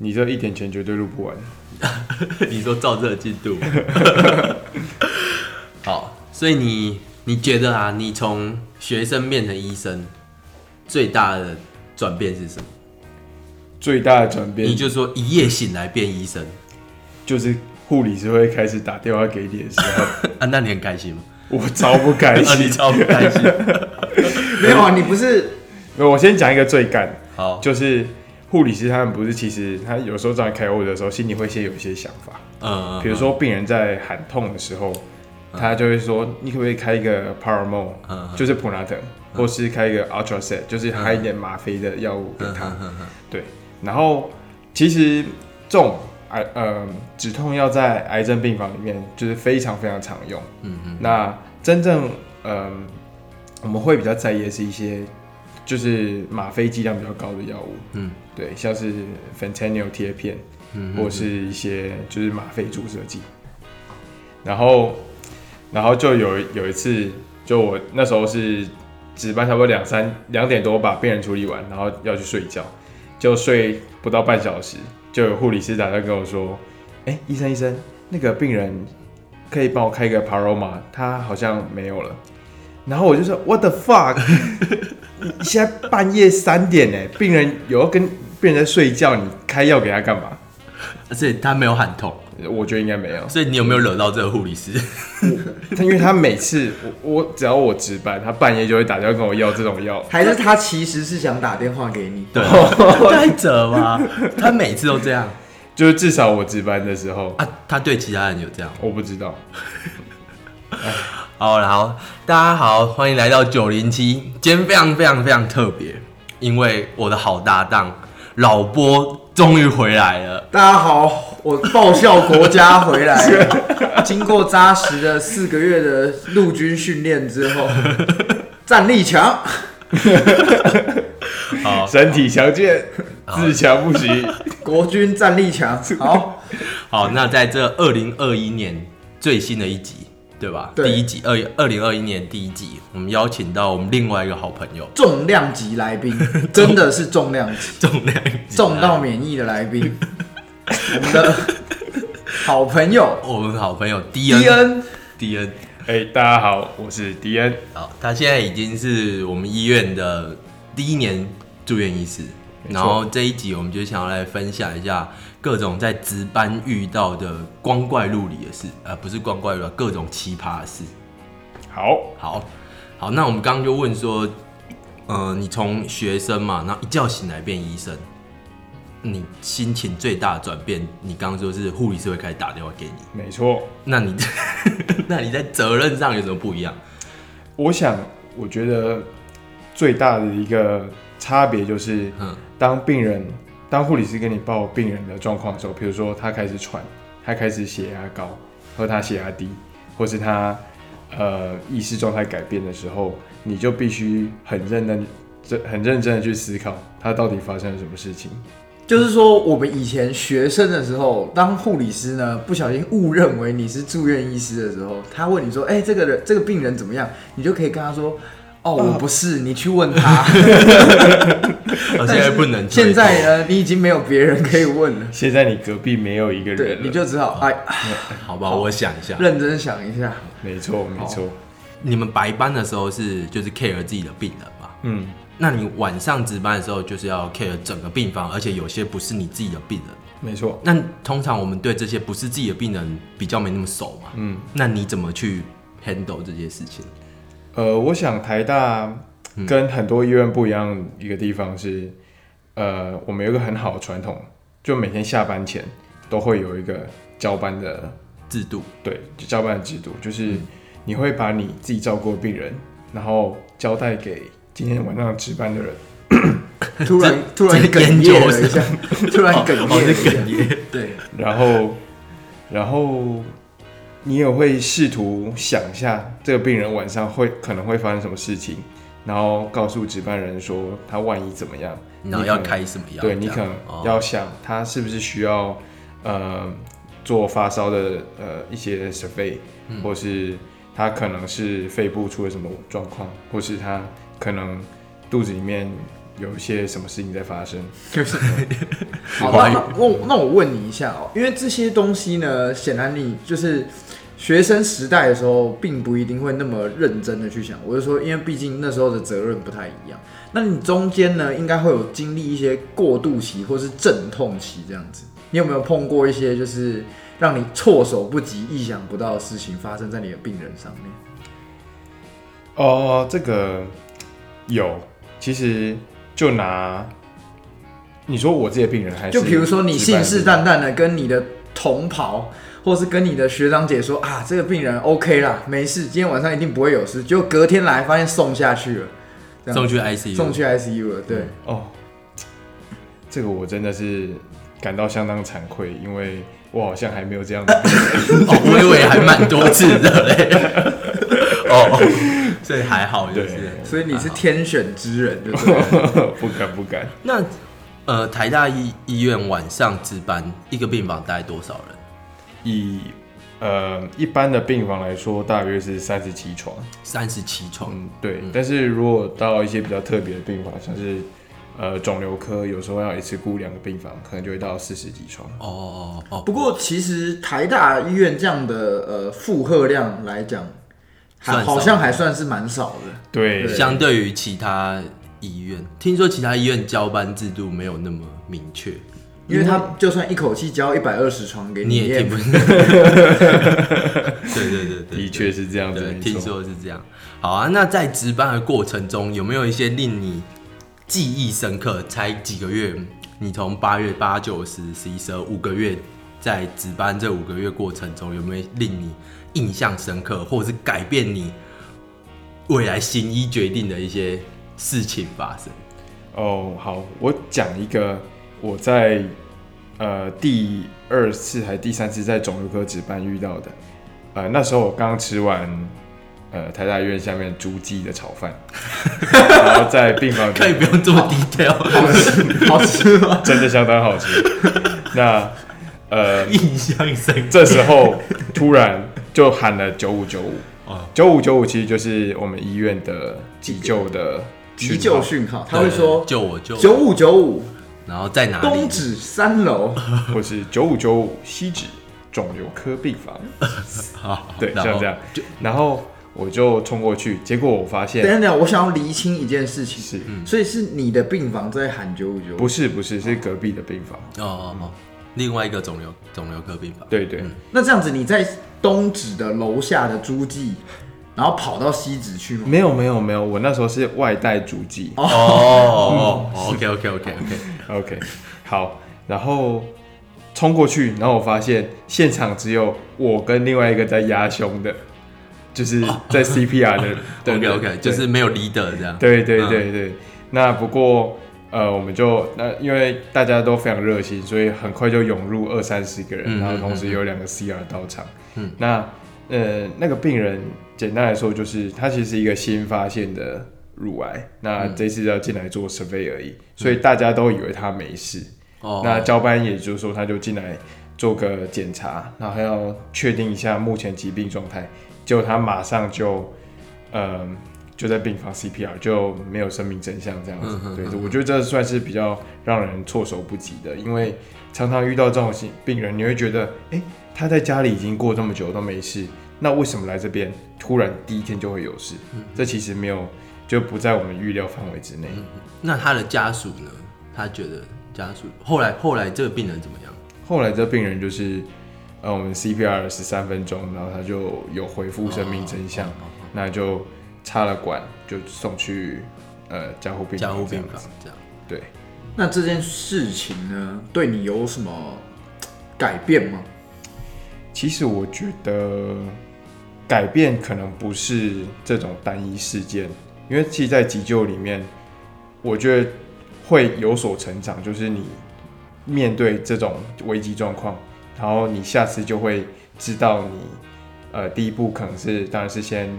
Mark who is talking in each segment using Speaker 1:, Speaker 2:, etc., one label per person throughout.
Speaker 1: 你这一点钱绝对录不完。
Speaker 2: 你说照这个进度， 好，所以你你觉得啊，你从学生变成医生，最大的转变是什么？
Speaker 1: 最大的转变
Speaker 2: 你就说一夜醒来变医生
Speaker 1: 就是护理师会开始打电话给你的时 候，
Speaker 2: 啊？那你很开心吗？
Speaker 1: 我超不开
Speaker 2: 啊，你
Speaker 1: 心。
Speaker 2: 超不开心。
Speaker 3: 没有啊，你不是
Speaker 1: 没有我先讲一个最干，
Speaker 2: 好，
Speaker 1: 就是护理师他们不是，其实他有时候在开会的时候，心里会先有一些想法，
Speaker 2: 嗯，
Speaker 1: 比如说病人在喊痛的时候，他就会说，你可不可以开一个 Paramol，、
Speaker 2: 嗯嗯
Speaker 1: 就是普拿疼，或是开一个 Ultraset，就是含一点吗啡的药物
Speaker 2: 嗯
Speaker 1: 给他。对，然后其实这种癌呃止痛药在癌症病房里面就是非常非常常用。
Speaker 2: 嗯
Speaker 1: 嗯。那真正嗯、我们会比较在意的是一些就是吗啡剂量比较高的药物。
Speaker 2: 嗯。
Speaker 1: 对，像是 fentanyl 贴片，嗯，或是一些就是吗啡注射剂。然后，然后就有有一次，就我那时候是值班，差不多两三两点多把病人处理完，然后要去睡觉，就睡不到半小时，就有护理师打电话跟我说：“哎、医生医生，那个病人可以帮我开一个 paro 吗？他好像没有了。”然后我就说：“What the fuck！” 现在半夜三点呢，病人有要跟病人在睡觉，你开药给他干嘛？
Speaker 2: 而且嗯他没有喊痛，
Speaker 1: 我觉得应该没有。
Speaker 2: 所以你有没有惹到这个护理师？
Speaker 1: 他因为他每次我我只要我值班，他半夜就会打电话跟我要这种药。
Speaker 3: 还是他其实是想打电话给你？
Speaker 2: 对， 太扯吧？他每次都这样
Speaker 1: 就是至少我值班的时候，
Speaker 2: 啊？他对其他人有这样？
Speaker 1: 我不知道。
Speaker 2: 好，然后大家好，欢迎来到九零七。今天非常非常非常特别，因为我的好搭档老波终于回来了。
Speaker 3: 大家好，我报效国家回来 了，经过扎实的四个月的陆军训练之 后，战力强。
Speaker 2: 好，
Speaker 1: 身体强健，自强不息。
Speaker 3: 国军战力强，好，
Speaker 2: 好，那在这二零二一年最新的一集，对吧？
Speaker 3: 对
Speaker 2: 第一集，二二零二一年第一集，我们邀请到我们另外一个好朋友，
Speaker 3: 重量级 来宾，真的是重量级，
Speaker 2: 重量级
Speaker 3: 重到免疫的来 宾，我们的好朋友
Speaker 2: 我们好朋友迪
Speaker 3: 伊
Speaker 2: 恩，
Speaker 3: 恩，
Speaker 2: 迪恩，
Speaker 1: 哎、大家好，我是迪恩。
Speaker 2: 好，他现在已经是我们医院的第一年住院医师。
Speaker 1: 没错
Speaker 2: 然后这一集我们就想要来分享一下各种在值班遇到的光怪陆离的事，呃，不是光怪陆离，各种奇葩的事。
Speaker 1: 好，
Speaker 2: 好，好，那我们刚刚就问说，呃，你从学生嘛，然后一觉醒来变医生，你心情最大的转变，你刚刚说是护理师会开始打电话给你，
Speaker 1: 没错。
Speaker 2: 那你 那你在责任上有什么不一样？
Speaker 1: 我想，我觉得最大的一个差别就是，
Speaker 2: 嗯
Speaker 1: 当病人当护理师跟你报病人的状况的时候，比如说他开始喘，他开始血压高，和他血压低，或是他呃意识状态改变的时候，你就必须很认真、这很认真的去思考他到底发生了什么事情。
Speaker 3: 就是说我们以前学生的时候，当护理师呢，不小心误认为你是住院医师的时候，他问你说，哎、这个人这个病人怎么样，你就可以跟他说。哦，我不是，你去 问他。
Speaker 2: 而哦现在不能退缩，
Speaker 3: 现在呢，你已经没有别人可以问了，
Speaker 1: 现在你隔壁没有一个人
Speaker 3: 对
Speaker 1: 了，，
Speaker 3: 你就只好哎，
Speaker 2: 好吧，我想一下，
Speaker 3: 认真想一下。
Speaker 1: 没错没错，
Speaker 2: 你们白班的时候是就是 care 自己的病人嘛？
Speaker 1: 嗯，
Speaker 2: 那你晚上值班的时候就是要 care 整个病房，而且有些不是你自己的病人。
Speaker 1: 没错。
Speaker 2: 那通常我们对这些不是自己的病人比较没那么熟嘛？嗯，那你怎么去 handle 这些事情？
Speaker 1: 呃，我想台大
Speaker 2: 嗯
Speaker 1: 跟很多医院不一样一个地方是，呃，我们有一个很好的传统，就每天下班前都会有一个交班的，
Speaker 2: 制度
Speaker 1: 对，就交班的制度，就是
Speaker 2: 嗯
Speaker 1: 你会把你自己照顾的病人，然后交代给今天晚上值班的人。
Speaker 3: 突然
Speaker 2: 这
Speaker 3: 突然
Speaker 2: 这
Speaker 3: 哽咽
Speaker 2: 研究
Speaker 3: 了
Speaker 2: 是
Speaker 3: 一下，突然哽
Speaker 2: 哦
Speaker 3: 咽了
Speaker 2: 是
Speaker 3: 一下
Speaker 2: 哽咽，
Speaker 3: 对，
Speaker 1: 然后， 然后你也会试图想一下这个病人晚上会可能会发生什么事情，然后告诉值班人说他万一怎么样，
Speaker 2: 然后
Speaker 1: 你
Speaker 2: 要
Speaker 1: 可能
Speaker 2: 开什么药？
Speaker 1: 对你
Speaker 2: 这
Speaker 1: 可
Speaker 2: 样
Speaker 1: 能
Speaker 2: 哦
Speaker 1: 要想他是不是需要呃做发烧的呃一些 survey，、或
Speaker 3: 嗯
Speaker 1: 是他可能是肺部出了什么状况，或是他可能肚子里面有一些什么事情在发生。
Speaker 3: 好，那那那我那我问你一下哦，因为这些东西呢，显然你就是学生时代的时候，并不一定会那么认真的去想。我是说，因为毕竟那时候的责任不太一样。那你中间呢，应该会有经历一些过渡期或是阵痛期这样子。你有没有碰过一些就是让你措手不及、意想不到的事情发生在你的病人上面？
Speaker 1: 哦，这个有，其实就拿你说我自己的病人还是，
Speaker 3: 就比如说你信誓旦旦的跟你的同袍，或是跟你的学长姐说啊，这个病人 OK 啦，没事，今天晚上一定不会有事。结果隔天来发现送下去了，这样
Speaker 2: 送去 ICU，
Speaker 3: 送去 ICU 了，对，
Speaker 1: 哦，这个我真的是感到相当惭愧，因为我好像还没有这样的
Speaker 2: 哦，我以为还蛮多次的 嘞。哦，所以还好，就
Speaker 1: 对
Speaker 2: 是。
Speaker 3: 所以你是天选之人，对不对？
Speaker 1: 不敢不敢。
Speaker 2: 那呃，台大医医院晚上值班，一个病房大概多少人？
Speaker 1: 以呃一般的病房来说，大约是三十七床，
Speaker 2: 三十七床。
Speaker 1: 嗯，对。但是如果到一些比较特别的病房，像是呃肿瘤科，有时候要一次顾两个病房，可能就会到四十几床。
Speaker 2: 哦哦哦，
Speaker 3: 不过其实台大医院这样的呃负荷量来讲，还
Speaker 2: 算少
Speaker 3: 好像还算是蛮少的。
Speaker 1: 对，
Speaker 3: 对
Speaker 2: 相对于其他医院，听说其他医院交班制度没有那么明确，
Speaker 3: 因为他就算一口气交一百二十床给
Speaker 2: 你
Speaker 3: 你，
Speaker 2: 也听不。对对对对，
Speaker 1: 的确是这样子，
Speaker 2: 对，
Speaker 1: 没
Speaker 2: 听
Speaker 1: 错。
Speaker 2: 说是这样。好啊，那在值班的过程中，有没有一些令你记忆深刻？才几个月，你从八月、八、九、十、十一、十二五个月，在值班这五个月过程中，有没有令你印象深刻，或者是改变你未来行医决定的一些事情发生？
Speaker 1: 哦，好，我讲一个我在呃第二次还第三次在肿瘤科值班遇到的。呃，那时候我刚吃完呃台大医院下面猪记的炒 饭，然后在病房里
Speaker 2: 可以不用这么 detail，
Speaker 3: 好吃吗？
Speaker 1: 真的相当好吃。那呃，
Speaker 2: 印象深刻
Speaker 1: 这时候突然就喊了九五九五
Speaker 2: 哦，
Speaker 1: 九五九五其实就是我们医院的急救的
Speaker 3: 急救
Speaker 1: 讯
Speaker 3: 讯号，他会说
Speaker 2: 救我救我
Speaker 3: 九，五九五
Speaker 2: 然后在哪里？
Speaker 3: 东指三楼。
Speaker 1: 号，或是九五九五西址肿瘤科病房，
Speaker 2: 好，
Speaker 1: 对，
Speaker 2: 然后
Speaker 1: 像这样。然后我就冲过去，结果我发
Speaker 3: 等一
Speaker 1: 现
Speaker 3: 下，等一下，我想要厘清一件事情，
Speaker 1: 是嗯
Speaker 3: 所以是你的病房在喊九五九，
Speaker 1: 不是不是是隔壁的病房？
Speaker 2: 哦哦哦，另外一个肿瘤肿瘤科病房。
Speaker 1: 对对，
Speaker 3: 那这样子你在东指的楼下的诸暨，然后跑到西指去吗？
Speaker 1: 没有没有没有，我那时候是外带主机。
Speaker 2: 哦，OK
Speaker 1: 嗯
Speaker 2: OK OK OK，，
Speaker 1: OK，好，然后冲过去，然后我发现现场只有我跟另外一个在压胸的，就是在 CPR 的
Speaker 2: 对
Speaker 1: 对
Speaker 2: OK OK，就是没有 leader 这样。
Speaker 1: 对对对对。那不过呃，我们就那因为大家都非常热心，所以很快就涌入二三十个人，
Speaker 2: 嗯
Speaker 1: 然后
Speaker 2: 嗯
Speaker 1: 同时有两个 CR 到场。嗯，那呃，那个病人简单来说就是他其实是一个新发现的乳癌，那
Speaker 2: 嗯
Speaker 1: 这次要进来做 survey 而已，所以大家都以为他没事。
Speaker 2: 哦，
Speaker 1: 那交班也就是说，他就进来做个检查，然后要确定一下目前疾病状态。结果他马上就，呃，就在病房 CPR，就没有生命真相这样子。对，我觉得这算是比较让人措手不及的，因为常常遇到这种病病人，你会觉得，诶，他在家里已经过这么久都没事，那为什么来这边突然第一天就会有事？这其实没有，就不在我们预料范围之内。
Speaker 2: 那他的家属呢？他觉得家属后来后来这个病人怎么样？
Speaker 1: 后来这病人就是，呃，我们 CPR 十三分钟，然后他就有回复生命真
Speaker 2: 哦
Speaker 1: 相，那就插了管，就送去呃加护病
Speaker 2: 哦加
Speaker 1: 房
Speaker 2: 护
Speaker 1: 这
Speaker 2: 病
Speaker 1: 样
Speaker 2: 房
Speaker 1: 子。
Speaker 2: 这样。
Speaker 1: 对，
Speaker 3: 那这件事情呢，对你有什么改变吗？
Speaker 1: 嗯其实我觉得改变可能不是这种单一事件，因为其实，在急救里面，我觉得会有所成长，就是你面对这种危机状况，然后你下次就会知道你，呃，第一步可能是当然是先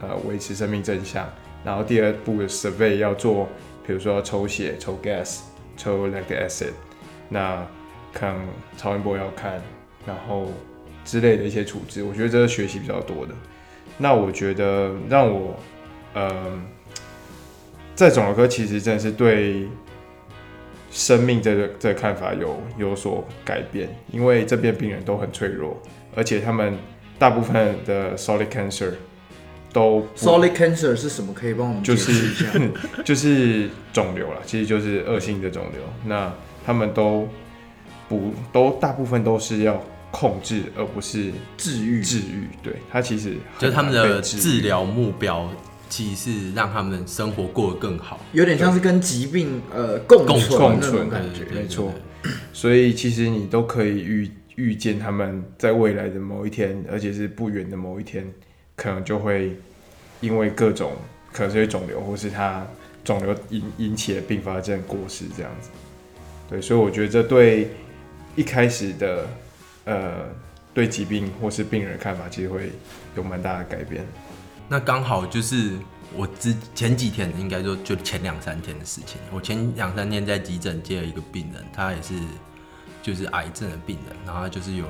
Speaker 1: 呃维持生命真相，然后第二步的 survey 要做，比如说抽血、抽 gas、抽 lactic acid，那可能超音波要看，然后之类的一些处置，我觉得这是学习比较多的。那我觉得让我，嗯、在肿瘤科其实真的是对生命这个这个看法有有所改变，因为这边病人都很脆弱，而且他们大部分的 solid cancer 都不
Speaker 3: Solid cancer 是什么？可以帮我们
Speaker 1: 就
Speaker 3: 解释一
Speaker 1: 是
Speaker 3: 下？
Speaker 1: 就是肿瘤啦，其实就是恶性的肿瘤。那他们都不都大部分都是要控制，而不是
Speaker 3: 治愈
Speaker 1: 治愈。对，它其实很
Speaker 2: 就是他们的
Speaker 1: 难被愈
Speaker 2: 治疗目标其实是让他们生活过得更好。
Speaker 3: 有点像是跟疾病呃共
Speaker 2: 共
Speaker 3: 存
Speaker 1: 共
Speaker 3: 那种
Speaker 1: 存
Speaker 3: 感
Speaker 2: 对。
Speaker 3: 觉
Speaker 2: 对对
Speaker 1: 没错
Speaker 2: 对对。
Speaker 1: 所以其实你都可以预预见他们在未来的某一天，而且是不远的某一天，可能就会因为各种可能是因为肿瘤，或是他肿瘤引引起的并发症过世这样子。对，所以我觉得这对一开始的呃对疾病或是病人的看法，其实会有蛮大的改变。
Speaker 2: 那刚好就是我之前几天，应该说就前两三天的事情。我前两三天在急诊接了一个病人，他也是就是癌症的病人，然后他就是有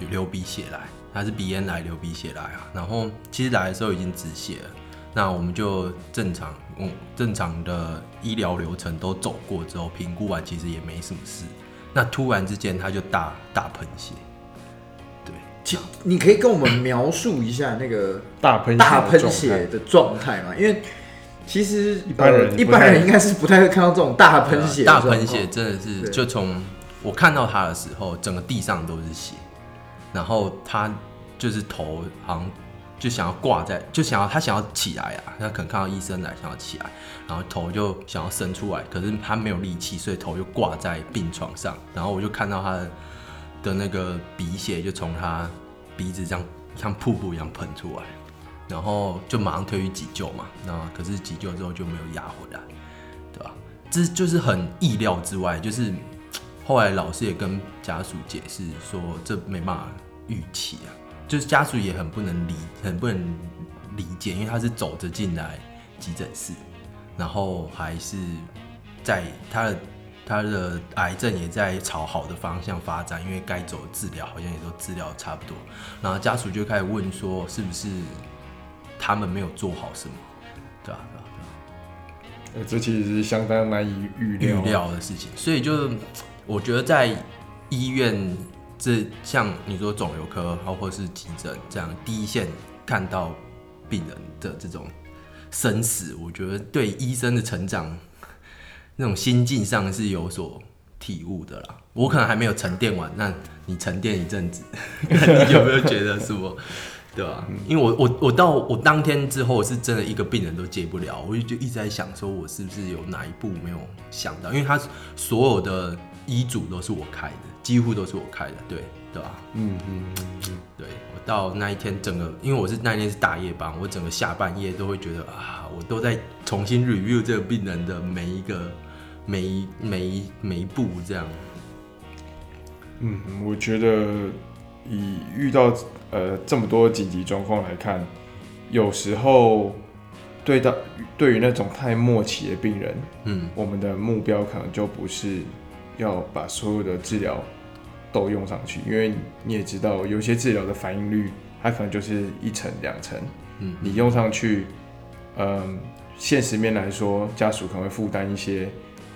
Speaker 2: 有流鼻血来，他是鼻咽癌流鼻血来啊。然后其实来的时候已经止血了，那我们就正常嗯正常的医疗流程都走过之后，评估完其实也没什么事。那突然之间他就大大喷血，对，
Speaker 3: 其你可以跟我们描述一下那个
Speaker 1: 大喷血的
Speaker 3: 大喷
Speaker 1: 状
Speaker 3: 血
Speaker 1: 态
Speaker 3: 的状态嘛？因为其实
Speaker 1: 一般人
Speaker 3: 呃
Speaker 1: 不太
Speaker 3: 一般人应该是不太会看到这种大喷血的
Speaker 2: 啊大
Speaker 3: 状况、
Speaker 2: 喷血真的是，
Speaker 3: 哦对
Speaker 2: 就从我看到他的时候，整个地上都是血，然后他就是头好像就想要挂在，就想要他想要起来啊，他可能看到医生来想要起来，然后头就想要伸出来，可是他没有力气，所以头就挂在病床上，然后我就看到他的的那个鼻血就从他鼻子这样像瀑布一样喷出来。然后就马上推去急救嘛，那可是急救之后就没有压回来，对吧？这就是很意料之外，就是嘖后来老师也跟家属解释说，这没办法预期啊，就是家属也很不能理，很不能理解，因为他是走着进来急诊室，然后还是在他的他的癌症也在朝好的方向发展，因为该走的治疗好像也都治疗得差不多，然后家属就开始问说，是不是他们没有做好什么，对吧、对吧、啊对吧、
Speaker 1: 呃这其实是相当难以预
Speaker 2: 预
Speaker 1: 料。啊
Speaker 2: 料的事情，所以就我觉得在医院这像你说肿瘤科，包括是急诊这样第一线看到病人的这种生死，我觉得对医生的成长那种心境上是有所体悟的啦。我可能还没有沉淀完，那你沉淀一阵子， 看你有没有觉得什么？对吧、啊
Speaker 1: 嗯
Speaker 2: 因为我我我到我当天之后是真的一个病人都接不了，我就就一直在想说，我是不是有哪一步没有想到？因为他所有的医嘱都是我开的，几乎都是我开的，对啊对吧、
Speaker 1: 嗯嗯嗯嗯，
Speaker 2: 对我到那一天整个，因为我是那一天是大夜班，我整个下半夜都会觉得啊，我都在重新 review 这个病人的每一个每一每一每一步这样。
Speaker 1: 嗯，我觉得以遇到呃这么多紧急状况来看，有时候对到对于那种太末期的病人，
Speaker 2: 嗯，
Speaker 1: 我们的目标可能就不是要把所有的治疗都用上去，因为你也知道，有些治疗的反应率它可能就是一层两层，
Speaker 2: 嗯
Speaker 1: 你用上去，嗯、现实面来说，家属可能会负担一些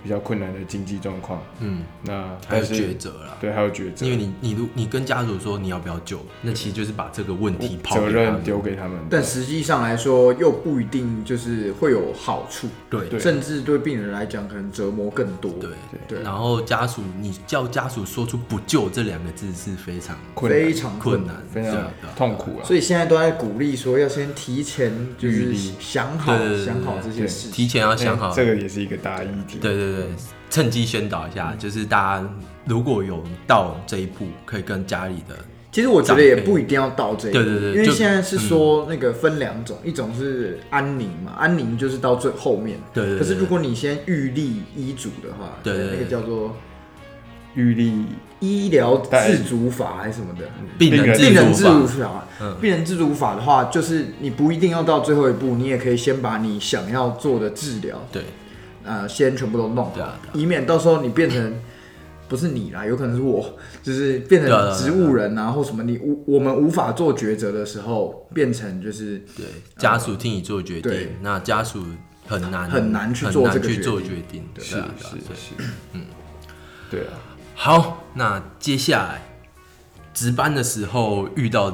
Speaker 1: 比较困难的经济状况，
Speaker 2: 嗯，
Speaker 1: 那
Speaker 2: 还
Speaker 1: 但
Speaker 2: 有
Speaker 1: 是
Speaker 2: 抉择啦。
Speaker 1: 对，还有抉择，
Speaker 2: 因为你你如你跟家属说你要不要救，那其实就是把这个问题抛给
Speaker 1: 嗯责
Speaker 2: 他
Speaker 1: 任
Speaker 2: 们
Speaker 1: 丢给他们。
Speaker 3: 但实际上来说，又不一定就是会有好处，
Speaker 2: 对
Speaker 1: 对
Speaker 3: 甚至对病人来讲，可能折磨更多。
Speaker 2: 对
Speaker 3: 对
Speaker 2: 然后家属你叫家属说出不救这两个字是非常
Speaker 1: 困
Speaker 3: 非
Speaker 1: 难，
Speaker 3: 常
Speaker 2: 困难，
Speaker 1: 非
Speaker 2: 对
Speaker 1: 常
Speaker 2: 啊对啊
Speaker 1: 痛苦啊。
Speaker 3: 所以现在都在鼓励说，要先提前就
Speaker 1: 预
Speaker 3: 是
Speaker 1: 立
Speaker 3: 想好
Speaker 2: 对对对
Speaker 3: 想好这
Speaker 1: 对
Speaker 3: 些事情。
Speaker 2: 提前要想好
Speaker 1: 哎，这个也是一个大议题。
Speaker 2: 对对对，趁机宣导一下，
Speaker 1: 嗯
Speaker 2: 就是大家如果有到这一步，可以跟家里的
Speaker 3: 其实我觉得也不一定要到这一步，
Speaker 2: 对对对
Speaker 3: 因为
Speaker 2: 就嗯
Speaker 3: 现在是说那个分两种，一种是安宁嘛，安宁就是到最后面。
Speaker 2: 对对对
Speaker 3: 可是如果你先预立医嘱的话，
Speaker 2: 对对对
Speaker 3: 那个叫做
Speaker 1: 预立
Speaker 3: 医疗自主法还是什么的，嗯
Speaker 2: 病
Speaker 1: 病人
Speaker 2: 人嗯自
Speaker 3: 病人自主
Speaker 2: 主法，嗯
Speaker 3: 法。病人自主法的话，就是你不一定要到最后一步，你也可以先把你想要做的治疗
Speaker 2: 对
Speaker 3: 呃，先全部都弄
Speaker 2: 对
Speaker 3: 好
Speaker 2: 啊对啊，
Speaker 3: 以免到时候你变成 不是你啦，有可能是我，就是变
Speaker 2: 对啊对啊
Speaker 3: 成植物人啊，或什么你无我们无法做抉择的时候，变成就是
Speaker 2: 对，家属替你做决
Speaker 3: 对
Speaker 2: 定，那家属很难
Speaker 3: 很难去做这
Speaker 2: 很
Speaker 3: 个
Speaker 2: 难去做
Speaker 3: 决
Speaker 2: 决定，
Speaker 1: 是
Speaker 2: 对啊对啊
Speaker 1: 是
Speaker 2: 对
Speaker 1: 是，嗯，对啊，
Speaker 2: 好，那接下来值班的时候遇到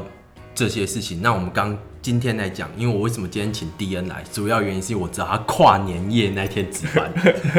Speaker 2: 这些事情，那我们刚今天来讲，因为我为什么今天请 D N 来，主要原因是我知道他跨年夜那天值 班。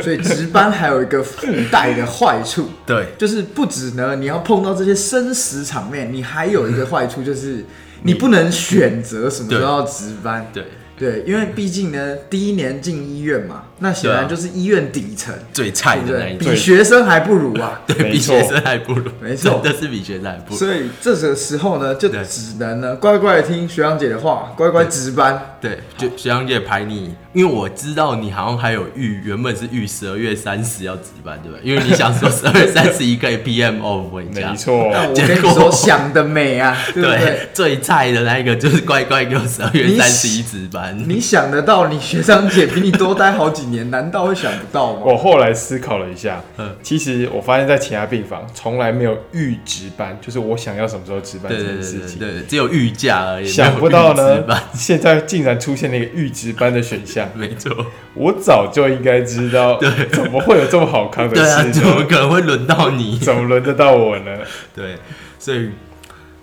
Speaker 3: 所以值班还有一个附带的坏处，
Speaker 2: 对，
Speaker 3: 就是不止呢，你要碰到这些生死场面，你还有一个坏处就是
Speaker 2: 嗯
Speaker 3: 你不能选择什么时候要值班。
Speaker 2: 对
Speaker 3: 对，因为毕竟呢，第一年进医院嘛，那显
Speaker 2: 对啊
Speaker 3: 然就是医院底层，
Speaker 2: 最菜
Speaker 3: 对不
Speaker 2: 的那
Speaker 3: 对？
Speaker 2: 一
Speaker 3: 比
Speaker 2: 种，
Speaker 3: 学生还不如啊。
Speaker 2: 对
Speaker 1: 没
Speaker 2: 比
Speaker 1: 错
Speaker 2: 学生还不如，
Speaker 3: 没错
Speaker 2: 真的是比学生还不如。
Speaker 3: 所以这个时候呢，就
Speaker 2: 对
Speaker 3: 只能呢乖乖的听学长姐的话，乖乖值班。
Speaker 2: 对，就学长姐排你，因为我知道你好像还有预，原本是预十二月三十要值班，对吧？因为你想说十二月三十一可以 PM off 回家，
Speaker 1: 没错，
Speaker 3: 但我
Speaker 2: 结
Speaker 3: 跟你
Speaker 2: 果
Speaker 3: 说，想得美啊，对不对？
Speaker 2: 对，最菜的那一个就是乖乖给我十二月三十一值班。
Speaker 3: 你想得到，你学长姐比你多待好几年，难道会想不到吗？
Speaker 1: 我后来思考了一下，
Speaker 2: 嗯
Speaker 1: 其实我发现，在其他病房从来没有预值班，就是我想要什么时候值班
Speaker 2: 对
Speaker 1: 这
Speaker 2: 对
Speaker 1: 件
Speaker 2: 对
Speaker 1: 事
Speaker 2: 对
Speaker 1: 情。
Speaker 2: 对，只有预假而已，
Speaker 1: 想
Speaker 2: 没有
Speaker 1: 不到
Speaker 2: 预值
Speaker 1: 呢
Speaker 2: 班，
Speaker 1: 现在竟然出现了一个预值班的选项，
Speaker 2: 没错，
Speaker 1: 我早就应该知 道，怎么会有这么好康的
Speaker 2: 对啊，
Speaker 1: 事
Speaker 2: 怎
Speaker 1: 呢？
Speaker 2: 么可能会轮到你？
Speaker 1: 怎么轮得到我呢？
Speaker 2: 对，所以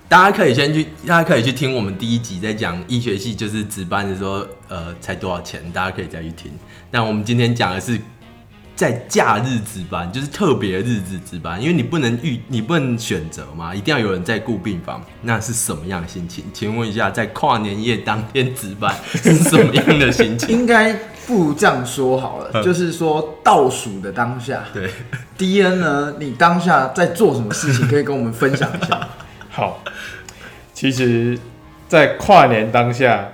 Speaker 2: 大家可以先去，大家可以去听我们第一集在讲医学系就是值班的时候，呃，才多少钱，大家可以再去听。那我们今天讲的是在假日值班，就是特别日子值班，因为你不能预，你不能选择嘛，一定要有人在顾病房，那是什么样的心情？请问一下，在跨年夜当天值班是什么样的心情？
Speaker 3: 应该不如这样说好了，就是说倒数的当下
Speaker 2: 对，
Speaker 3: ，D N 呢，你当下在做什么事情，可以跟我们分享一下？
Speaker 1: 好，其实，在跨年当下，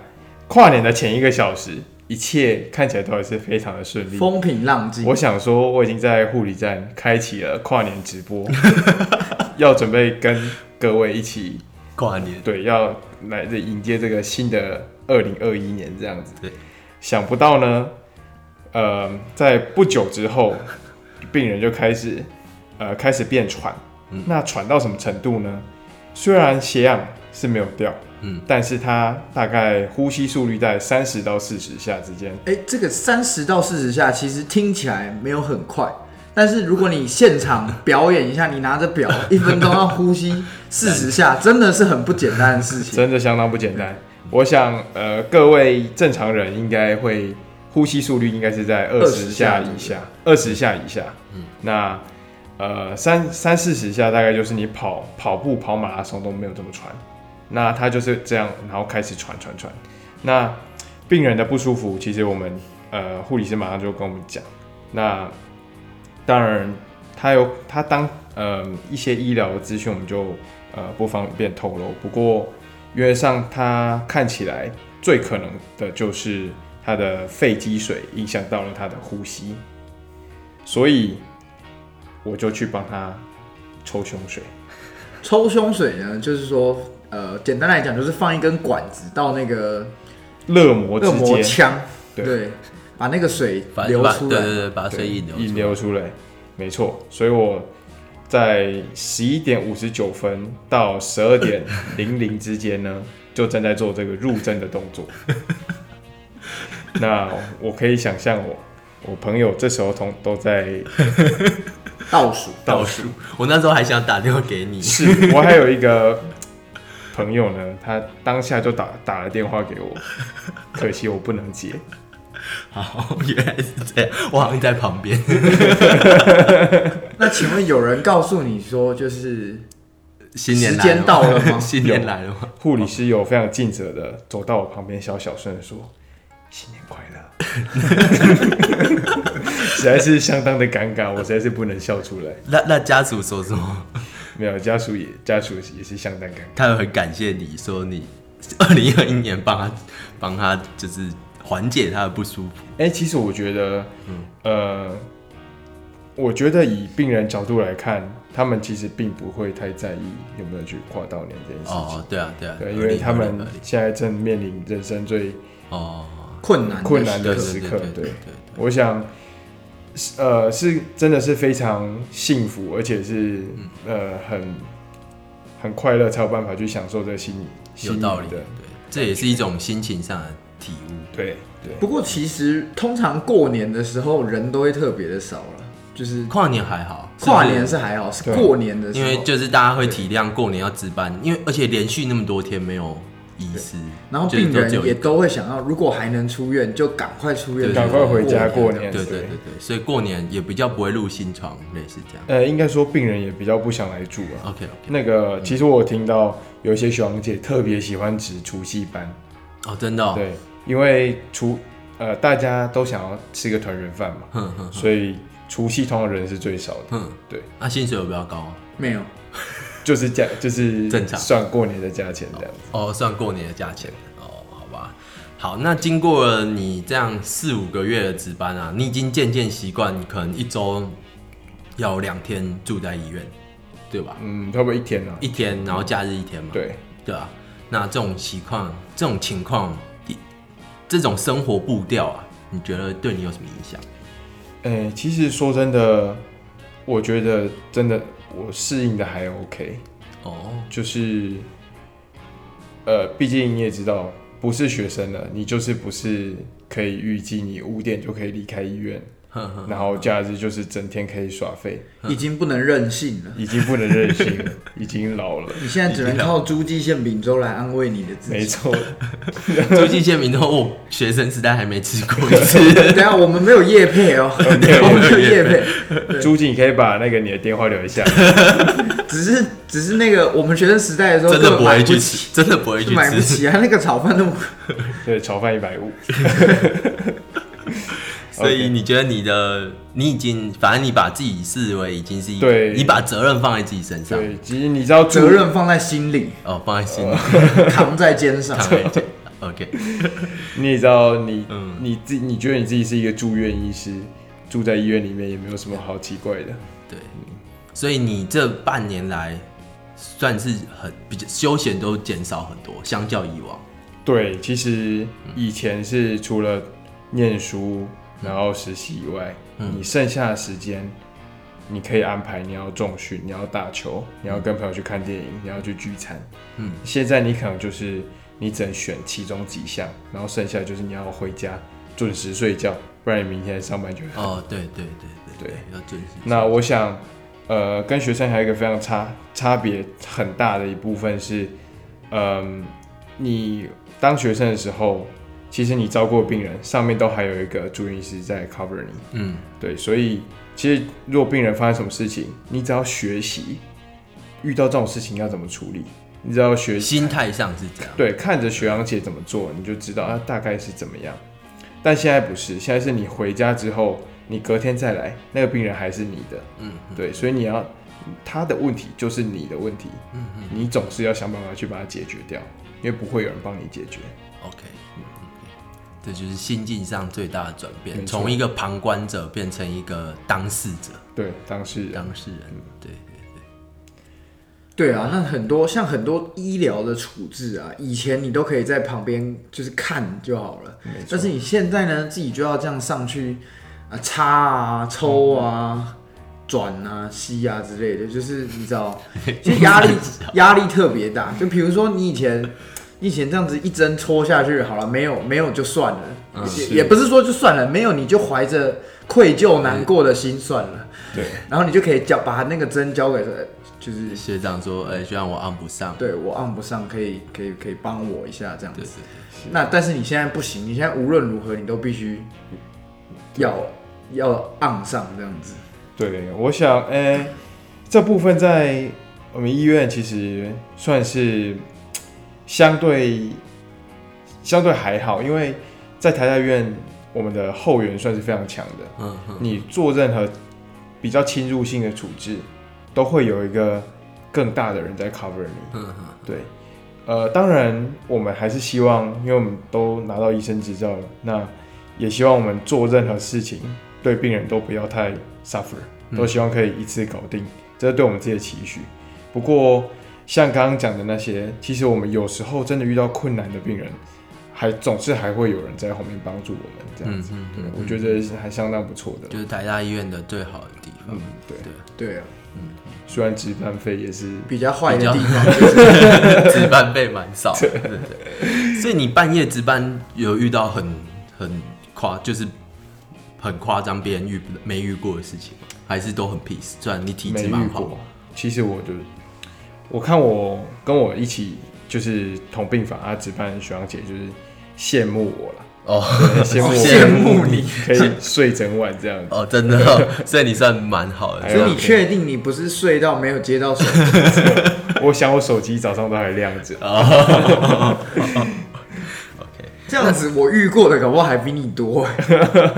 Speaker 1: 跨年的前一个小时，一切看起来都还是非常的顺利。
Speaker 3: 风平浪静
Speaker 1: 我，想说，我已经在护理站开启了跨年直播， 要准备跟各位一起，
Speaker 2: 跨年，
Speaker 1: 对，要来迎接这个新的二零二一年这样子。
Speaker 2: 对，
Speaker 1: 想不到呢，呃，在不久之后，病人就开始呃开始变喘，
Speaker 2: 嗯
Speaker 1: 那喘到什么程度呢？虽然血氧是没有掉，
Speaker 2: 嗯，
Speaker 1: 但是他大概呼吸速率在三十到四十下之
Speaker 2: 嗯
Speaker 1: 间，
Speaker 3: 哎、这个三十到四十下，其实听起来没有很快，但是如果你现场表演一下，你拿着表一分钟要呼吸四十下，真的是很不简单的事情。
Speaker 1: 真的相当不简单。我想，呃，各位正常人应该会呼吸速率应该是在二十
Speaker 3: 20
Speaker 1: 下
Speaker 3: 下
Speaker 1: 以下，二十下以下。嗯，那呃三三四十下大概就是你跑跑步、跑马拉松都没有这么喘。那他就是这样，然后开始喘喘喘。那病人的不舒服，其实我们呃护理师马上就跟我们讲。那当然，他有他当呃一些医疗资讯，我们就呃不方便透露。不过约上他看起来最可能的就是他的肺积水影响到了他的呼吸，所以我就去帮他抽胸水。
Speaker 3: 抽胸水呢，就是说，呃，简单来讲，就是放一根管子到那个
Speaker 1: 热膜
Speaker 3: 恶
Speaker 1: 之
Speaker 3: 魔
Speaker 1: 间
Speaker 3: 腔，
Speaker 1: 对
Speaker 3: 对，把那个水
Speaker 2: 把
Speaker 3: 流
Speaker 2: 把
Speaker 3: 出
Speaker 2: 对
Speaker 3: 来。
Speaker 2: 对对，把水引流出来，
Speaker 1: 引流出来，没错。所以我在十一点五十九分到十二点零零之间 呢，就正在做这个入针的动作。那我可以想象我我朋友这时候同都在
Speaker 3: 倒数。
Speaker 2: 倒数。我那时候还想打电话给你，
Speaker 1: 是我还有一个朋友呢，他当下就打打了电话给我，可惜我不能接。
Speaker 2: 好，原来是这样，我好像在旁 边。
Speaker 3: 那请问有人告诉你说，就是
Speaker 2: 新年来
Speaker 3: 时间到了 吗
Speaker 2: 新年来了吗？
Speaker 1: 护理师有非常尽责的走到我旁边，小小声的说：“新年快乐。” 实在是相当的尴尬，我实在是不能笑出来。
Speaker 2: 那那家属说什么？
Speaker 1: 没有家属也家属也是相当尴尬，
Speaker 2: 他们很感谢你说你 二零二一年帮他帮他就是缓解他的不舒服。
Speaker 1: 哎、其实我觉得，呃，我觉得以病人角度来看，他们其实并不会太在意有没有去跨到年这件事情。
Speaker 2: 哦，对啊，对啊，
Speaker 1: 对，因为他
Speaker 2: 合理
Speaker 1: 们
Speaker 2: 合理
Speaker 1: 现在正面临人生最
Speaker 2: 哦，
Speaker 3: 困难的
Speaker 1: 困难
Speaker 2: 对
Speaker 1: 的
Speaker 2: 对
Speaker 1: 时
Speaker 2: 对
Speaker 1: 刻，
Speaker 2: 对对
Speaker 1: 对
Speaker 2: 对。
Speaker 1: 我想，是呃，是真的是非常幸福，而且是、
Speaker 2: 嗯
Speaker 1: 呃很很快乐，才有办法去享受这个心理
Speaker 2: 有道理
Speaker 1: 心
Speaker 2: 对
Speaker 1: 理
Speaker 2: 这也是一种心情上的体悟。
Speaker 1: 对对，
Speaker 3: 不过其实通常过年的时候人都会特别的少了，就是
Speaker 2: 跨年还好，
Speaker 3: 跨年是还好，是
Speaker 1: 对
Speaker 3: 过年的时
Speaker 2: 因
Speaker 3: 候，
Speaker 2: 为就是大家会体谅过年要值班，因为而且连续那么多天没有医师，
Speaker 3: 然后
Speaker 2: 就是
Speaker 3: 病
Speaker 2: 都只
Speaker 3: 人
Speaker 2: 有
Speaker 3: 也
Speaker 2: 一个
Speaker 3: 都会想要，如果还能出院就赶快出院，
Speaker 2: 对赶
Speaker 1: 快回家过
Speaker 3: 年
Speaker 1: 年
Speaker 2: 对对对对，所以过年也比较不会入新床，类似这样。
Speaker 1: 呃，应该说病人也比较不想来住啊。
Speaker 2: OK OK，
Speaker 1: 那个，其实我有听到有一些学长姐特别喜欢值除夕班，
Speaker 2: 哦，真的、哦，
Speaker 1: 对，因为除呃大家都想要吃个团圆饭嘛，
Speaker 2: 哼哼
Speaker 1: 所以除夕通常人是最少的，
Speaker 2: 哼，
Speaker 1: 对，
Speaker 2: 那、薪水有比较高啊
Speaker 3: 没有，
Speaker 1: 就是价就是
Speaker 2: 正常
Speaker 1: 算过年的价钱这样子。
Speaker 2: 哦，算过年的价钱哦，好吧。好，那经过了你这样四五个月的值班啊，你已经渐渐习惯，你可能一周要有两天住在医院，对吧？
Speaker 1: 嗯，差不多一天啊？
Speaker 2: 一天，然后假日一天嘛。
Speaker 1: 对，
Speaker 2: 对啊，那这种情况，这种情况，一这种生活步调啊，你觉得对你有什么影响？
Speaker 1: 哎、其实说真的，我觉得真的我适应的还 OK，
Speaker 2: 哦，
Speaker 1: 就是呃，毕竟你也知道，不是学生了，你就是不是可以预计你五点就可以离开医院，
Speaker 2: 呵呵，
Speaker 1: 然后假日就是整天可以耍废，
Speaker 2: 嗯
Speaker 3: 已经不能任性了。
Speaker 1: 已经不能任性 了，已经老了，
Speaker 3: 你现在只能靠诸暨馅饼粥来安慰你的自
Speaker 1: 没
Speaker 3: 己。
Speaker 1: 错，
Speaker 2: 诸暨县民都，我学生时代还没吃过一次。
Speaker 3: 等一下我们没有叶配哦，
Speaker 1: 没有
Speaker 3: 我们没有叶配，
Speaker 1: 朱姐，你可以把那个你的电话留一下，
Speaker 3: 只是只是那个我们学生时代的时候
Speaker 2: 真的不
Speaker 3: 买
Speaker 2: 会
Speaker 3: 不
Speaker 2: 去
Speaker 3: 起，
Speaker 2: 吃，真的不会
Speaker 3: 就
Speaker 2: 去
Speaker 3: 买不
Speaker 2: 吃。
Speaker 3: 起啊，那个炒饭那么
Speaker 1: 对，炒饭一百五，
Speaker 2: 啊所以你觉得你的，你已经，反正你把自己视为已经是一个，
Speaker 1: 对
Speaker 2: 你把责任放在自己身上，
Speaker 1: 对，其实你知道住
Speaker 3: 责任放在心里，
Speaker 2: 哦，放在心 里。
Speaker 3: 扛在肩上。
Speaker 2: 看了解 OK，
Speaker 1: 你也知道你，
Speaker 2: 嗯
Speaker 1: 你自己你觉得你自己是一个住院医师，住在医院里面也没有什么好奇怪的。
Speaker 2: 对，所以你这半年来算是很比较休闲都减少很多，相较以往。
Speaker 1: 对，其实
Speaker 2: 嗯
Speaker 1: 以前是除了念书，然后实习以外，
Speaker 2: 嗯
Speaker 1: 你剩下的时间，你可以安排你要重训，你要打球，你要跟朋友去看电影，你要去聚餐。
Speaker 2: 嗯，
Speaker 1: 现在你可能就是你只能选其中几项，然后剩下就是你要回家准时睡觉，不然你明天上班就很
Speaker 2: 哦，对对对对
Speaker 1: 对，
Speaker 2: 要准时。
Speaker 1: 那我想，呃，跟学生还有一个非常差差别很大的一部分是，嗯、你当学生的时候，其实你照顾的病人上面都还有一个住院医师在 cover 你，
Speaker 2: 嗯，
Speaker 1: 对，所以其实如果病人发生什么事情，你只要学习遇到这种事情要怎么处理，你只要学习
Speaker 2: 心态上是这样。
Speaker 1: 对，看着学长姐怎么做，你就知道啊大概是怎么样。但现在不是，现在是你回家之后，你隔天再来，那个病人还是你的，
Speaker 2: 嗯，
Speaker 1: 对，所以你要他的问题就是你的问题，
Speaker 2: 嗯
Speaker 1: 你总是要想办法去把它解决掉，因为不会有人帮你解决。
Speaker 2: OK，嗯这就是心境上最大的转变，
Speaker 1: 没错
Speaker 2: 从一个旁观者变成一个当事者、
Speaker 1: 对，当事人，
Speaker 2: 当事人。对，
Speaker 3: 对啊，那很多像很多医疗的处置啊，以前你都可以在旁边就是看就好了，但是你现在呢，自己就要这样上去啊，插啊、抽啊、转啊、吸啊之类的，就是你 知道，就压力压力特别大。就比如说你以前。你以前这样子一针戳下去，好了，没有没有就算了，也
Speaker 1: 啊是
Speaker 3: 也不是说就算了，没有你就怀着愧疚难过的心算了，
Speaker 1: 对，
Speaker 3: 然后你就可以交把那个针交给，就是
Speaker 2: 学长说：“哎、学长，我按不上。
Speaker 3: 对我按不上，可以可以可以帮我一下这样
Speaker 2: 对”对
Speaker 3: 子。
Speaker 2: 对
Speaker 3: 那但是你现在不行，你现在无论如何你都必须要要按上这样子。
Speaker 1: 对，我想，哎、这部分在我们医院其实算是相对相对还好，因为在台大医院，我们的后援算是非常强的。
Speaker 2: 嗯嗯，
Speaker 1: 你做任何比较侵入性的处置，都会有一个更大的人在 cover 你。
Speaker 2: 嗯嗯
Speaker 1: 对，呃，当然我们还是希望，因为我们都拿到医生执照了，那也希望我们做任何事情对病人都不要太 suffer，都
Speaker 2: 嗯
Speaker 1: 希望可以一次搞定，这是对我们自己的期许。不过像刚刚讲的那些，其实我们有时候真的遇到困难的病人，还总是还会有人在后面帮助我们这样子。
Speaker 2: 嗯嗯
Speaker 1: 对，我觉得还相当不错的。
Speaker 2: 就是台大医院的最好的地方。
Speaker 1: 嗯，对，
Speaker 2: 对
Speaker 3: 对啊，
Speaker 1: 虽然值班费也是
Speaker 3: 比较坏
Speaker 2: 比
Speaker 3: 的
Speaker 2: 较
Speaker 3: 地方就是，
Speaker 2: 值班费蛮少，对对对。所以你半夜值班有遇到很很夸，就是很夸张，别人遇不没遇过的事情吗？还是都很 peace？虽然你体
Speaker 1: 没
Speaker 2: 质
Speaker 1: 遇
Speaker 2: 蛮好
Speaker 1: 过，。其实我就我看我跟我一起就是同病房啊值班的学长姐就是羡慕我啦，
Speaker 2: 哦
Speaker 1: 对羡慕我
Speaker 3: 哦羡慕你
Speaker 1: 可以睡整晚这样子。
Speaker 2: 哦，真的 哦、所以你算蛮好的。
Speaker 1: 哎
Speaker 2: 这
Speaker 3: 所以
Speaker 2: 样
Speaker 3: 你确定你不是睡到没有接 到手机？
Speaker 1: 我想我手机早上都还亮着，
Speaker 3: 这样子我遇过的搞不好还比你多，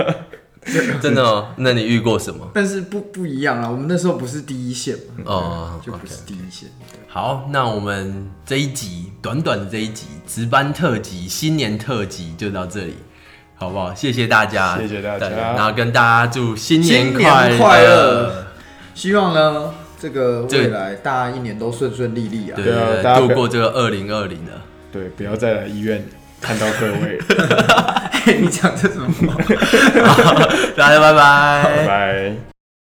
Speaker 2: 真 的哦？那你遇过什么？
Speaker 3: 但是不不一样啦，我们那时候不是第一线
Speaker 1: 嗯
Speaker 3: 嘛，
Speaker 2: 哦
Speaker 3: 就不是第一线。
Speaker 2: 好，那我们这一集短短的这一集值班特辑、新年特辑就到这里，好不好？谢谢大家，
Speaker 1: 谢谢大家
Speaker 2: 然后跟大家祝新
Speaker 3: 新年
Speaker 2: 快
Speaker 3: 快乐希望呢，这个未来大家一年都顺顺利利啊
Speaker 2: 对。
Speaker 1: 对啊
Speaker 2: 对
Speaker 1: 大家
Speaker 2: 对，
Speaker 1: 不
Speaker 2: 度
Speaker 1: 要
Speaker 2: 过这个二零二零的，
Speaker 1: 对，不要再来医院看到各位，
Speaker 3: 你讲这什么？
Speaker 2: 大家拜 拜
Speaker 1: 拜拜。